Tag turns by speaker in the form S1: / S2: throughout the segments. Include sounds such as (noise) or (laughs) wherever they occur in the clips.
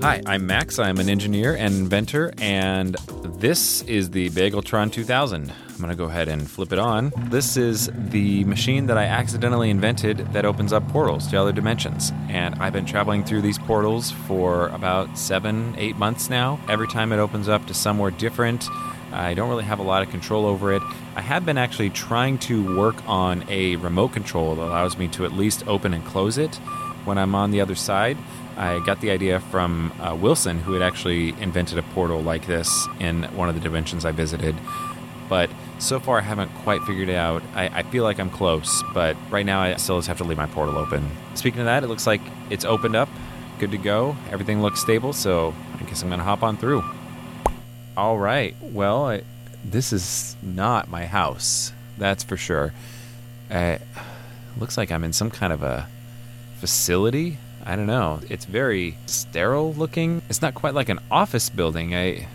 S1: Hi, I'm Max. I'm an engineer and inventor, and this is the Bageltron 2000. I'm going to go ahead and flip it on. This is the machine that I accidentally invented that opens up portals to other dimensions. And I've been traveling through these portals for about seven, eight months now. Every time it opens up to somewhere different, I don't really have a lot of control over it. I have been actually trying to work on a remote control that allows me to at least open and close it when I'm on the other side. I got the idea from uh, Wilson, who had actually invented a portal like this in one of the dimensions I visited. But so far, I haven't quite figured it out. I, I feel like I'm close, but right now, I still just have to leave my portal open. Speaking of that, it looks like it's opened up, good to go. Everything looks stable, so I guess I'm going to hop on through. All right. Well, I, this is not my house. That's for sure. Uh, looks like I'm in some kind of a facility. I don't know. It's very sterile looking. It's not quite like an office building. I.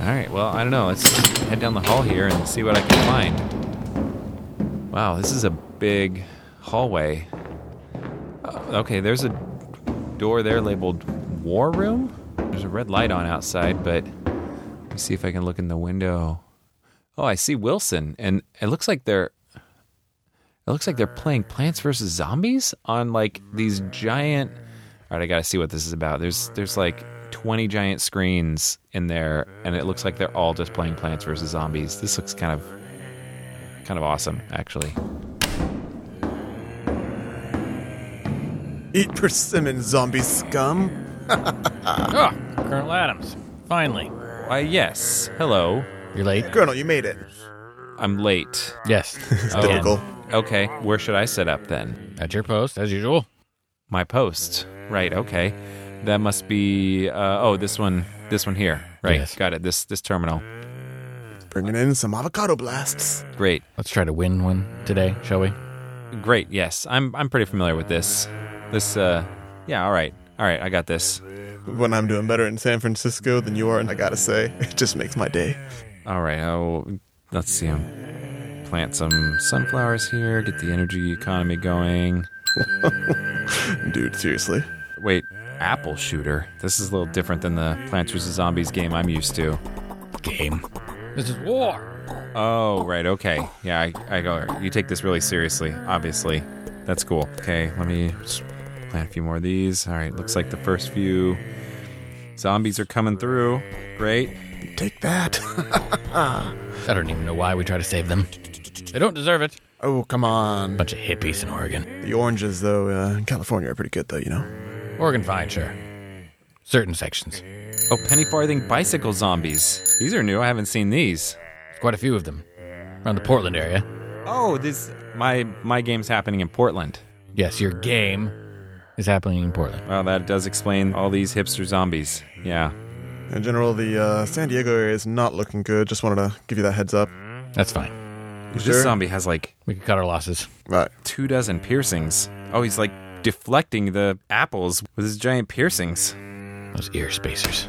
S1: All right. Well, I don't know. Let's head down the hall here and see what I can find. Wow, this is a big hallway. Uh, okay, there's a door there labeled War Room. There's a red light on outside, but let me see if I can look in the window. Oh, I see Wilson, and it looks like they're it looks like they're playing Plants vs Zombies on like these giant. All right, I gotta see what this is about. There's there's like 20 giant screens in there, and it looks like they're all just playing Plants vs Zombies. This looks kind of kind of awesome, actually.
S2: Eat persimmon, zombie scum.
S3: Ah, Colonel Adams. Finally.
S1: Why, Uh, yes. Hello.
S3: You're late?
S2: Colonel, you made it.
S1: I'm late.
S3: Yes. (laughs)
S1: Oh.
S2: Typical.
S1: Okay, where should I set up then?
S3: At your post, as usual.
S1: My post. Right. Okay. That must be. Uh, oh, this one. This one here. Right.
S3: Yes.
S1: Got it. This this terminal.
S2: Bringing in some avocado blasts.
S1: Great.
S3: Let's try to win one today, shall we?
S1: Great. Yes, I'm. I'm pretty familiar with this. This. Uh, yeah. All right. All right. I got this.
S2: When I'm doing better in San Francisco than you are, and I gotta say, it just makes my day.
S1: All right. Oh, let's see. Um, plant some sunflowers here. Get the energy economy going.
S2: Dude, seriously.
S1: Wait. Apple shooter. This is a little different than the Plants vs Zombies game I'm used to.
S3: Game. This is war.
S1: Oh, right. Okay. Yeah, I, I go. You take this really seriously, obviously. That's cool. Okay, let me just plant a few more of these. All right, looks like the first few zombies are coming through. Great.
S2: Take that. (laughs)
S3: I don't even know why we try to save them. They don't deserve it.
S2: oh, come on.
S3: Bunch of hippies in Oregon.
S2: The oranges, though, uh, in California are pretty good, though, you know.
S3: Oregon fine, sure. Certain sections.
S1: Oh, penny farthing bicycle zombies. These are new. I haven't seen these.
S3: There's quite a few of them. Around the Portland area.
S1: Oh, this my my game's happening in Portland.
S3: Yes, your game is happening in Portland.
S1: Well, that does explain all these hipster zombies. Yeah.
S2: In general, the uh, San Diego area is not looking good. Just wanted to give you that heads up.
S3: That's fine.
S2: You
S1: This
S2: sure?
S1: zombie has like
S3: We can cut our losses.
S2: Right.
S1: two dozen piercings. Oh, he's like deflecting the apples with his giant piercings.
S3: Those ear spacers.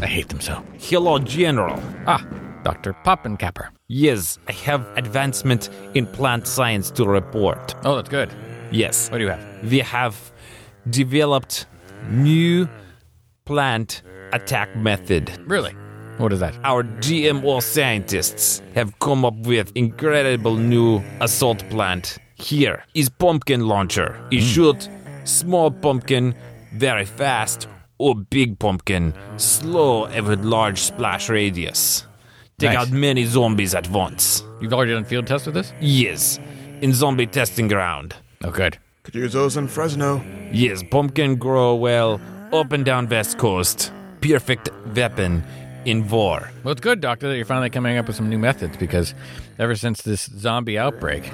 S3: I hate them so.
S1: Hello, General.
S3: Ah, Dr. Poppenkapper.
S1: Yes, I have advancement in plant science to report.
S3: Oh, that's good.
S1: Yes,
S3: What do you have?
S1: we have developed new plant attack method.
S3: Really? What is that?
S1: Our GMO scientists have come up with incredible new assault plant. Here is pumpkin launcher. It shoot small pumpkin very fast or big pumpkin slow and with large splash radius. Take
S3: Nice.
S1: out many zombies at once.
S3: You've already done field tests with this?
S1: Yes, in zombie testing ground.
S3: Oh, good.
S2: Could use those in Fresno.
S1: Yes, pumpkin grow well up and down West Coast. Perfect weapon in war.
S3: Well, it's good, Doctor, that you're finally coming up with some new methods because ever since this zombie outbreak,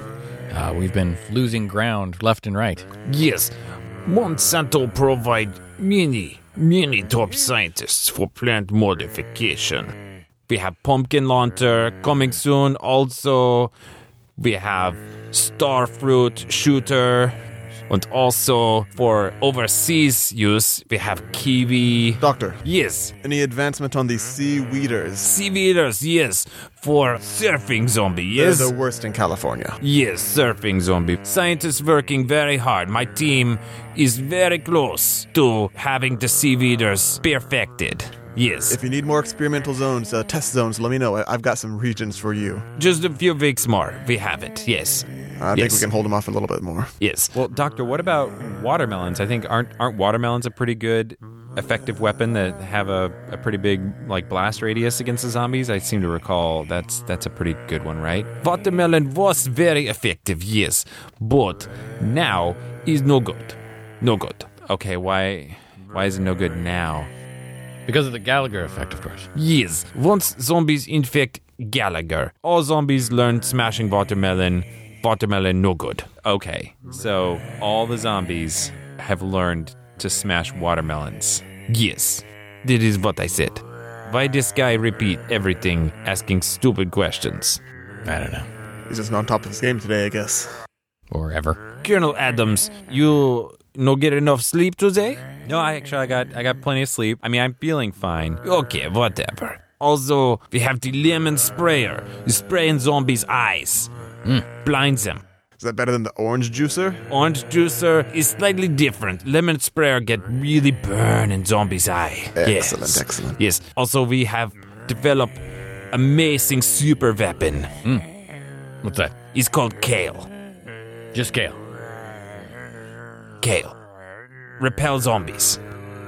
S3: uh, we've been losing ground left and right.
S1: Yes, Monsanto provide many, many top scientists for plant modification. We have pumpkin launcher coming soon. Also, we have star fruit shooter. And also for overseas use, we have kiwi.
S2: Doctor,
S1: Yes,
S2: any advancement on the sea weeders?
S1: seaweeders, yes. For surfing zombie,
S2: They're
S1: yes.
S2: the worst in California.
S1: Yes, surfing zombie. Scientists working very hard. My team is very close to having the seaweeders perfected. Yes,
S2: If you need more experimental zones, uh, test zones, let me know. I- I've got some regions for you.
S1: just a few weeks more. We have it. Yes.
S2: I think
S1: Yes.
S2: we can hold them off a little bit more.
S1: (laughs) Yes. Well, doctor, what about watermelons? I think aren't aren't watermelons a pretty good effective weapon that have a, a pretty big like blast radius against the zombies? I seem to recall that's that's a pretty good one, right? Watermelon was very effective, yes. But now is no good. No good. Okay, why why is it no good now?
S3: Because of the Gallagher effect, of course.
S1: Yes. Once zombies infect Gallagher, all zombies learn smashing watermelon. Watermelon no good. Okay. So all the zombies have learned to smash watermelons. Yes. That is what I said. Why this guy repeat everything asking stupid questions?
S3: I don't know.
S2: He's just not on top of his game today, I guess.
S3: Or ever.
S1: Colonel Adams, you no get enough sleep today? No, I actually I got I got plenty of sleep. I mean I'm feeling fine. Okay, whatever. Also, we have the lemon sprayer. You spray in zombies' eyes. Blinds them.
S2: Is that better than the orange juicer?
S1: Orange juicer is slightly different. Lemon sprayer get really burn in zombies' eye.
S2: Excellent,
S1: yes.
S2: excellent.
S1: Yes. Also we have developed amazing super weapon.
S3: What's that?
S1: It's called kale.
S3: Just Gale.
S1: Kale. Repel zombies.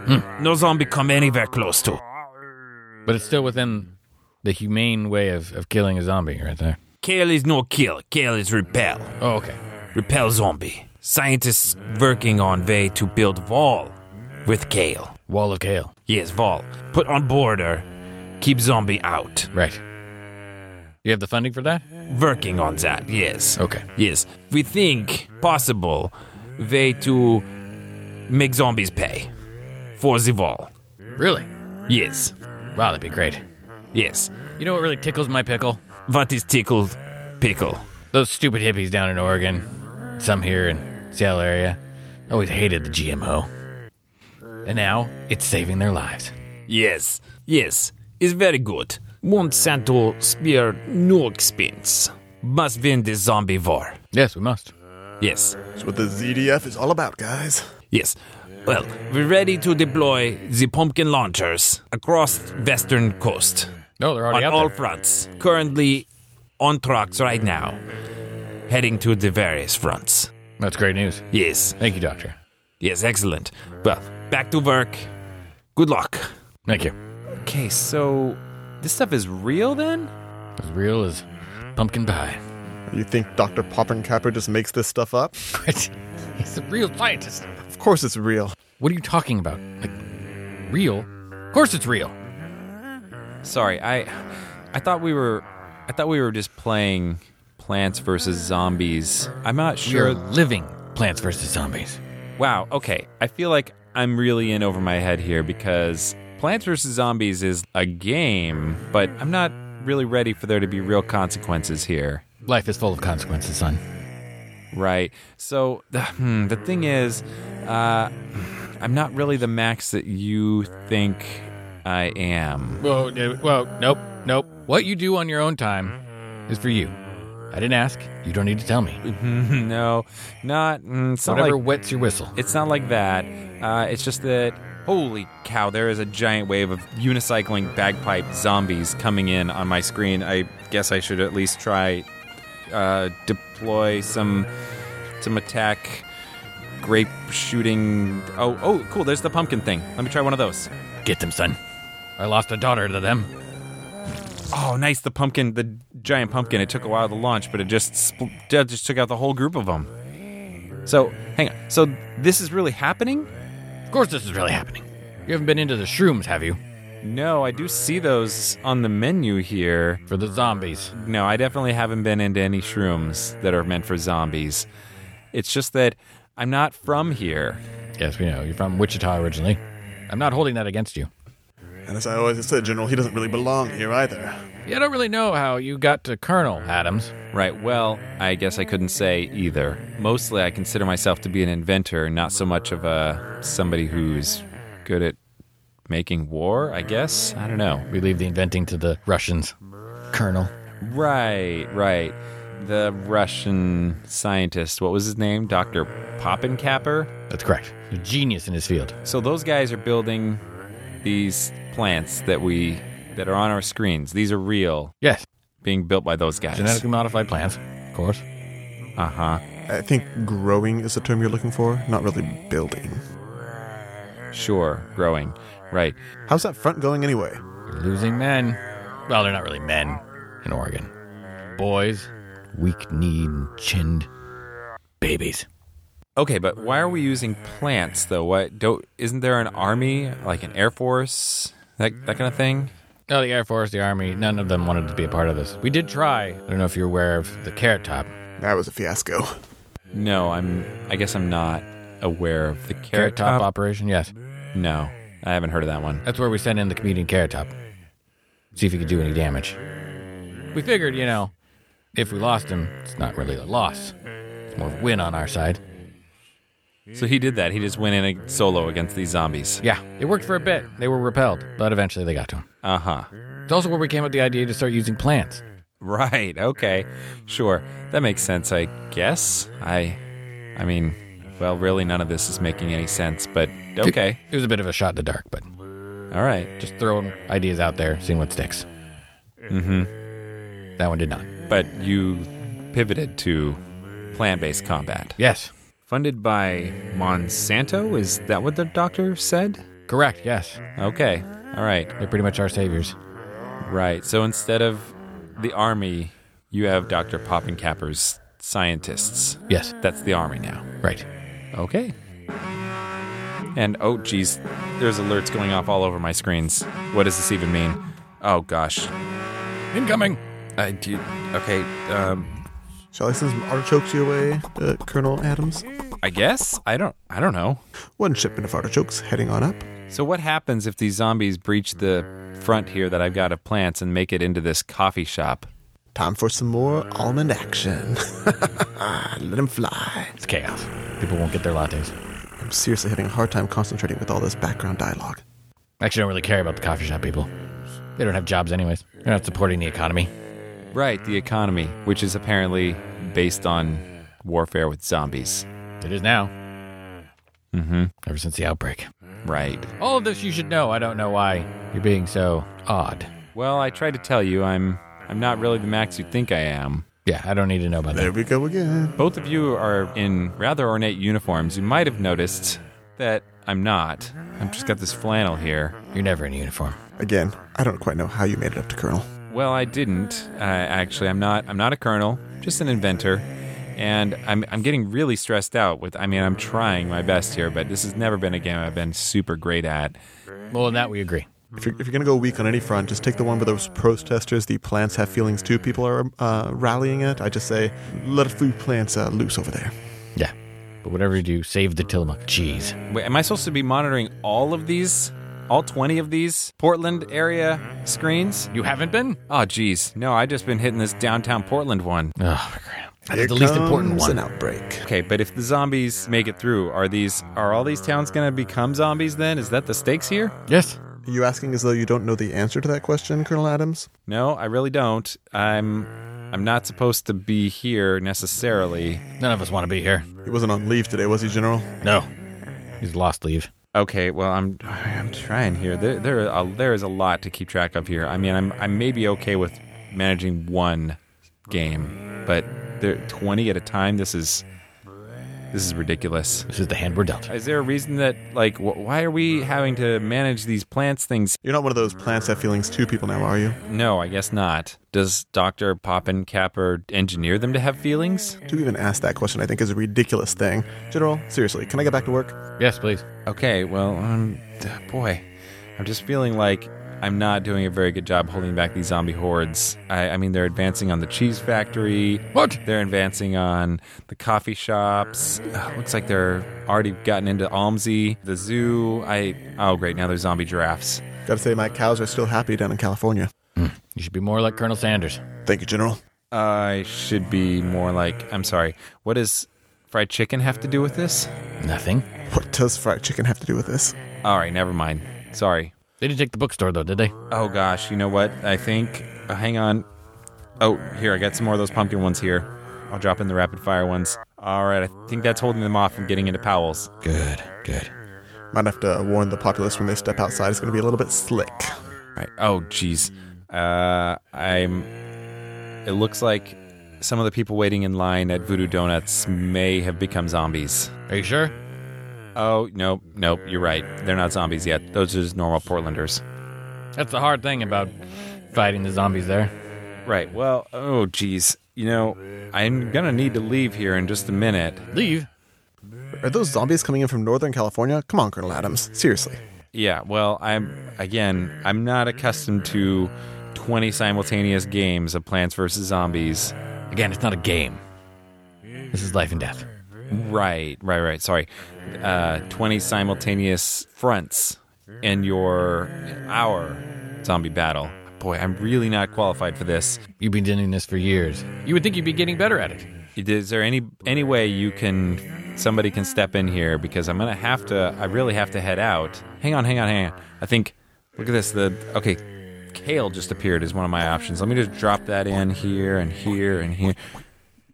S1: Hmm. No zombie come anywhere close to.
S3: But it's still within the humane way of, of killing a zombie right there.
S1: Kale is no kill. Kale is repel.
S3: Oh, okay.
S1: Repel zombie. Scientists working on way to build wall with kale.
S3: Wall of Gale.
S1: Yes, wall. Put on border. Keep zombie out.
S3: Right. You have the funding for that?
S1: Working on that. Yes.
S3: Okay.
S1: Yes. We think possible way to make zombies pay for the wall.
S3: Really?
S1: Yes.
S3: Wow, that'd be great.
S1: Yes.
S3: You know what really tickles my pickle?
S1: What is tickled pickle?
S3: Those stupid hippies down in Oregon, some here in Seattle area, always hated the GMO. And now it's saving their lives.
S1: Yes, yes, it's very good. Monsanto spare no expense. Must win the zombie war.
S3: Yes, we must.
S1: Yes,
S2: That's what the ZDF is all about, guys.
S1: yes. Well, we're ready to deploy the pumpkin launchers across western coast
S3: No, they're
S1: on
S3: already out
S1: all
S3: there.
S1: fronts. Currently on trucks right now, heading to the various fronts.
S3: That's great news.
S1: Yes,
S3: Thank you, Doctor.
S1: yes, excellent. Well, back to work. Good luck.
S3: Thank you.
S1: Okay, so this stuff is real then?
S3: As real as pumpkin pie. (laughs)
S2: You think Dr. Poppenkapper just makes this stuff up?
S3: He's a real scientist.
S2: Of course it's real.
S3: What are you talking about? Like, real? Of course it's real.
S1: Sorry, I I thought we were I thought we were just playing Plants versus Zombies. I'm not
S3: We are
S1: sure.
S3: living Plants vs. Zombies.
S1: Wow, okay. I feel like I'm really in over my head here because Plants versus Zombies is a game, but I'm not really ready for there to be real consequences here.
S3: Life is full of consequences, son.
S1: Right. So the, hmm, the thing is, uh, I'm not really the max that you think I am. (laughs)
S3: Well, uh, well, nope, nope. What you do on your own time is for you. I didn't ask. You don't need to tell me.
S1: no, not. Mm, it's not like
S3: Whatever wets your whistle.
S1: It's not like that. Uh, it's just that, holy cow, there is a giant wave of unicycling bagpipe zombies coming in on my screen. I guess I should at least try uh, deploy some some attack grape shooting. Oh, oh, cool. There's the pumpkin thing. Let me try one of those.
S3: Get them, son. I lost a daughter to them.
S1: Oh, nice. The pumpkin, the giant pumpkin. It took a while to launch, but it just spl- it just took out the whole group of them. So, hang on. So this is really happening?
S3: Of course, this is really happening. You haven't been into the shrooms, have you?
S1: No, I do see those on the menu here.
S3: For the zombies.
S1: No, I definitely haven't been into any shrooms that are meant for zombies. It's just that I'm not from here.
S3: Yes, we know. You're from Wichita originally. I'm not holding that against you.
S2: And as I always said, General, he doesn't really belong here either.
S3: Yeah, I don't really know how you got to Colonel Adams.
S1: Right, well, I guess I couldn't say either. Mostly I consider myself to be an inventor, not so much of a somebody who's good at making war, I guess. I don't know.
S3: We leave the inventing to the Russians. Colonel.
S1: Right, right. The Russian scientist, what was his name? Dr. Poppenkapper?
S3: That's correct. A genius in his field.
S1: So those guys are building these plants that we that are on our screens. These are real,
S3: Yes.
S1: being built by those guys.
S3: Genetically modified plants, of course.
S1: Uh huh.
S2: I think growing is the term you're looking for, not really building.
S1: Sure, growing. Right.
S2: How's that front going anyway?
S3: You're losing men. Well, they're not really men in Oregon. Boys, weak kneed, chinned babies.
S1: Okay, but why are we using plants though? What don't isn't there an army, like an air force, that that kind of thing?
S3: No, Oh, the Air Force, the Army, none of them wanted to be a part of this. We did try. I don't know if you're aware of the Carrot Top.
S2: That was a fiasco.
S1: No, I'm I guess I'm not aware of the
S3: Carrot
S1: carrot
S3: Top
S1: top.
S3: operation, yes.
S1: No. I haven't heard of that one.
S3: That's where we sent in the comedian Carrot Top. See if he could do any damage. We figured, you know, if we lost him, it's not really a loss. It's more of a win on our side.
S1: So he did that. He just went in a solo against these zombies.
S3: Yeah, it worked for a bit. They were repelled, but eventually they got to him.
S1: Uh-huh.
S3: It's also where we came up with the idea to start using plants.
S1: Right. Okay. Sure. That makes sense, I guess. I I mean, well, really none of this is making any sense, but okay.
S3: It was a bit of a shot in the dark, but
S1: All right.
S3: just throwing ideas out there, seeing what sticks. Mm-hmm. That one did not.
S1: But you pivoted to plant-based combat.
S3: Yes.
S1: Funded by Monsanto? Is that what the doctor said?
S3: Correct, yes.
S1: Okay. All right.
S3: They're pretty much our saviors.
S1: Right. So instead of the army, you have Dr. Poppenkapper's scientists.
S3: Yes.
S1: That's the army now.
S3: Right.
S1: Okay. And oh, geez, there's alerts going off all over my screens. What does this even mean? Oh, gosh.
S3: Incoming.
S1: I do. Okay. Um,
S2: Shall I send some artichokes your way, uh, Colonel Adams?
S1: I guess I don't. I don't know.
S2: One shipment of artichokes heading on up.
S1: So what happens if these zombies breach the front here that I've got of plants and make it into this coffee shop?
S2: Time for some more almond action. (laughs) Let him fly.
S3: It's chaos. People won't get their lattes.
S2: I'm seriously having a hard time concentrating with all this background dialogue.
S3: Actually, I don't really care about the coffee shop people. They don't have jobs anyways. They're not supporting the economy.
S1: Right, the economy, which is apparently based on warfare with zombies.
S3: It is now. Mm-hmm. Ever since the outbreak.
S1: Right.
S3: All of this you should know. I don't know why you're being so odd.
S1: Well, I tried to tell you, I'm I'm not really the Max you think I am.
S3: Yeah, I don't need to know about
S2: There
S3: that.
S2: we go again.
S1: Both of you are in rather ornate uniforms. You might have noticed that I'm not. I've just got this flannel here.
S3: You're never in uniform.
S2: Again, I don't quite know how you made it up to Colonel.
S1: Well, I didn't. Uh, actually, I'm not. I'm not a colonel. Just an inventor, and I'm I'm getting really stressed out. With I mean, I'm trying my best here, but this has never been a game I've been super great at.
S3: Well, in that we agree.
S2: If you're, if you're going to go weak on any front, just take the one where those protesters, the plants have feelings too, people are uh, rallying at. I just say, let a few plants uh, loose over there.
S3: Yeah. But whatever you do, save the Tillamook cheese.
S1: Wait, am I supposed to be monitoring all of these? All 20 of these Portland area screens?
S3: You haven't been?
S1: Oh, geez. No, I've just been hitting this downtown Portland one.
S3: Oh, crap. That's
S2: Here
S3: the least important
S2: comes
S3: one.
S2: an outbreak.
S1: Okay, but if the zombies make it through, are these are all these towns gonna become zombies then? Is that the stakes here?
S3: Yes.
S2: Are you asking as though you don't know the answer to that question, Colonel Adams?
S1: No, I really don't. I'm I'm not supposed to be here necessarily.
S3: None of us want to be here.
S2: He wasn't on leave today, was he, General?
S3: No. He's lost leave.
S1: Okay, well I'm I'm trying here. There there are, there is a lot to keep track of here. I mean, I'm I may be okay with managing one game, but there 20 at a time. This is this is ridiculous.
S3: This is the hand we're dealt.
S1: Is there a reason that like wh- why are we having to manage these plants things?
S2: You're not one of those plants have feelings too people now, are you?
S1: No, I guess not. Does Doctor Poppenkapper engineer them to have feelings?
S2: To even ask that question, I think, is a ridiculous thing. General, seriously, can I get back to work?
S3: Yes, please.
S1: Okay, well, um, d- boy, I'm just feeling like I'm not doing a very good job holding back these zombie hordes. I, I mean, they're advancing on the cheese factory.
S3: What?
S1: They're advancing on the coffee shops. Ugh, looks like they're already gotten into Almsey, the zoo. I oh great, now there's zombie giraffes.
S2: Gotta say, my cows are still happy down in California.
S3: You should be more like Colonel Sanders.
S2: Thank you, General.
S1: I should be more like, I'm sorry, what does fried chicken have to do with this?
S3: Nothing.
S2: What does fried chicken have to do with this?
S1: All right, never mind. Sorry.
S3: They didn't take the bookstore though, did they?
S1: Oh gosh, you know what? I think. Uh, hang on. Oh, here, I got some more of those pumpkin ones here. I'll drop in the rapid fire ones. All right, I think that's holding them off from getting into Powell's.
S3: Good, good.
S2: Might have to warn the populace when they step outside. It's going to be a little bit slick.
S1: Right. Oh, jeez. Uh, I'm. It looks like some of the people waiting in line at Voodoo Donuts may have become zombies.
S3: Are you sure?
S1: Oh no, nope. You're right. They're not zombies yet. Those are just normal Portlanders.
S3: That's the hard thing about fighting the zombies there.
S1: Right. Well. Oh, jeez. You know, I'm gonna need to leave here in just a minute.
S3: Leave.
S2: Are those zombies coming in from Northern California? Come on, Colonel Adams. Seriously.
S1: Yeah. Well, I'm again. I'm not accustomed to 20 simultaneous games of Plants vs Zombies.
S3: Again, it's not a game. This is life and death.
S1: Right, right, right. Sorry. Uh, 20 simultaneous fronts in your hour zombie battle. Boy, I'm really not qualified for this.
S3: You've been doing this for years. You would think you'd be getting better at it.
S1: Is there any any way you can somebody can step in here because I'm gonna have to. I really have to head out. Hang on, hang on, hang on. I think. Look at this. The okay, kale just appeared as one of my options. Let me just drop that in here and here and here.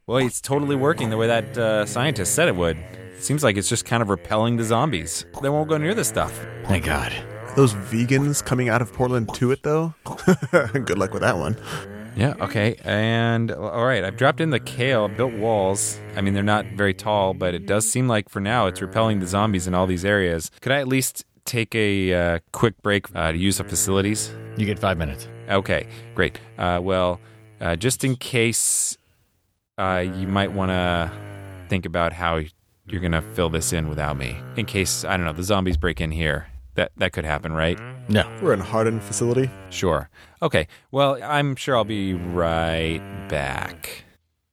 S1: Well, it's totally working the way that uh, scientist said it would. It seems like it's just kind of repelling the zombies. They won't go near this stuff.
S3: Thank God.
S2: Those vegans coming out of Portland to it, though? (laughs) Good luck with that one.
S1: Yeah. Okay. And all right, I've dropped in the kale, built walls. I mean, they're not very tall, but it does seem like for now it's repelling the zombies in all these areas. Could I at least take a uh, quick break uh, to use the facilities?
S3: You get five minutes.
S1: Okay, great. Uh, well, uh, just in case, uh, you might want to think about how you're gonna fill this in without me. In case I don't know, the zombies break in here. That that could happen, right?
S3: No.
S2: We're in a hardened facility.
S1: Sure. Okay. Well, I'm sure I'll be right back.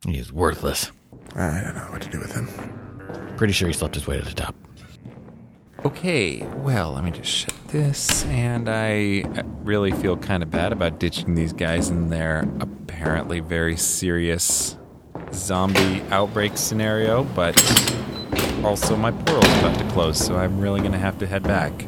S3: He is worthless.
S2: I don't know what to do with him.
S3: Pretty sure he slept his way to the top.
S1: Okay. Well, let me just shut this. And I really feel kind of bad about ditching these guys in their apparently very serious zombie outbreak scenario, but also my portal's about to close, so I'm really gonna have to head back.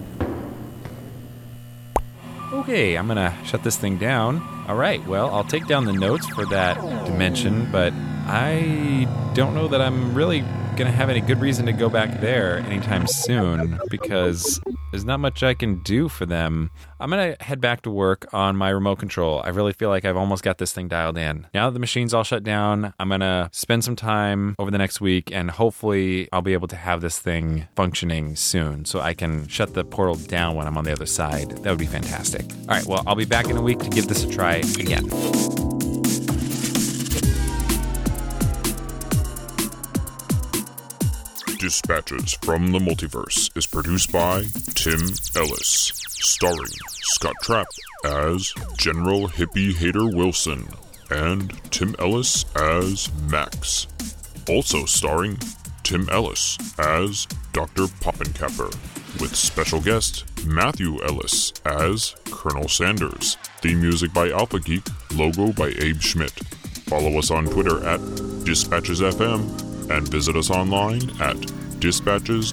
S1: Okay, I'm gonna shut this thing down. All right, well, I'll take down the notes for that dimension, but I don't know that I'm really gonna have any good reason to go back there anytime soon because there's not much I can do for them. I'm gonna head back to work on my remote control. I really feel like I've almost got this thing dialed in. Now that the machine's all shut down, I'm gonna spend some time over the next week and hopefully I'll be able to have this thing functioning soon so I can shut the portal down when I'm on the other side. That would be fantastic. All right, well, I'll be back in a week to give this a try again.
S4: Dispatches from the Multiverse is produced by Tim Ellis, starring Scott Trapp as General Hippie Hater Wilson and Tim Ellis as Max. Also starring Tim Ellis as Dr. Poppenkapper, with special guest Matthew Ellis as Colonel Sanders. Theme music by Alpha Geek, logo by Abe Schmidt. Follow us on Twitter at DispatchesFM and visit us online at dispatches.fm.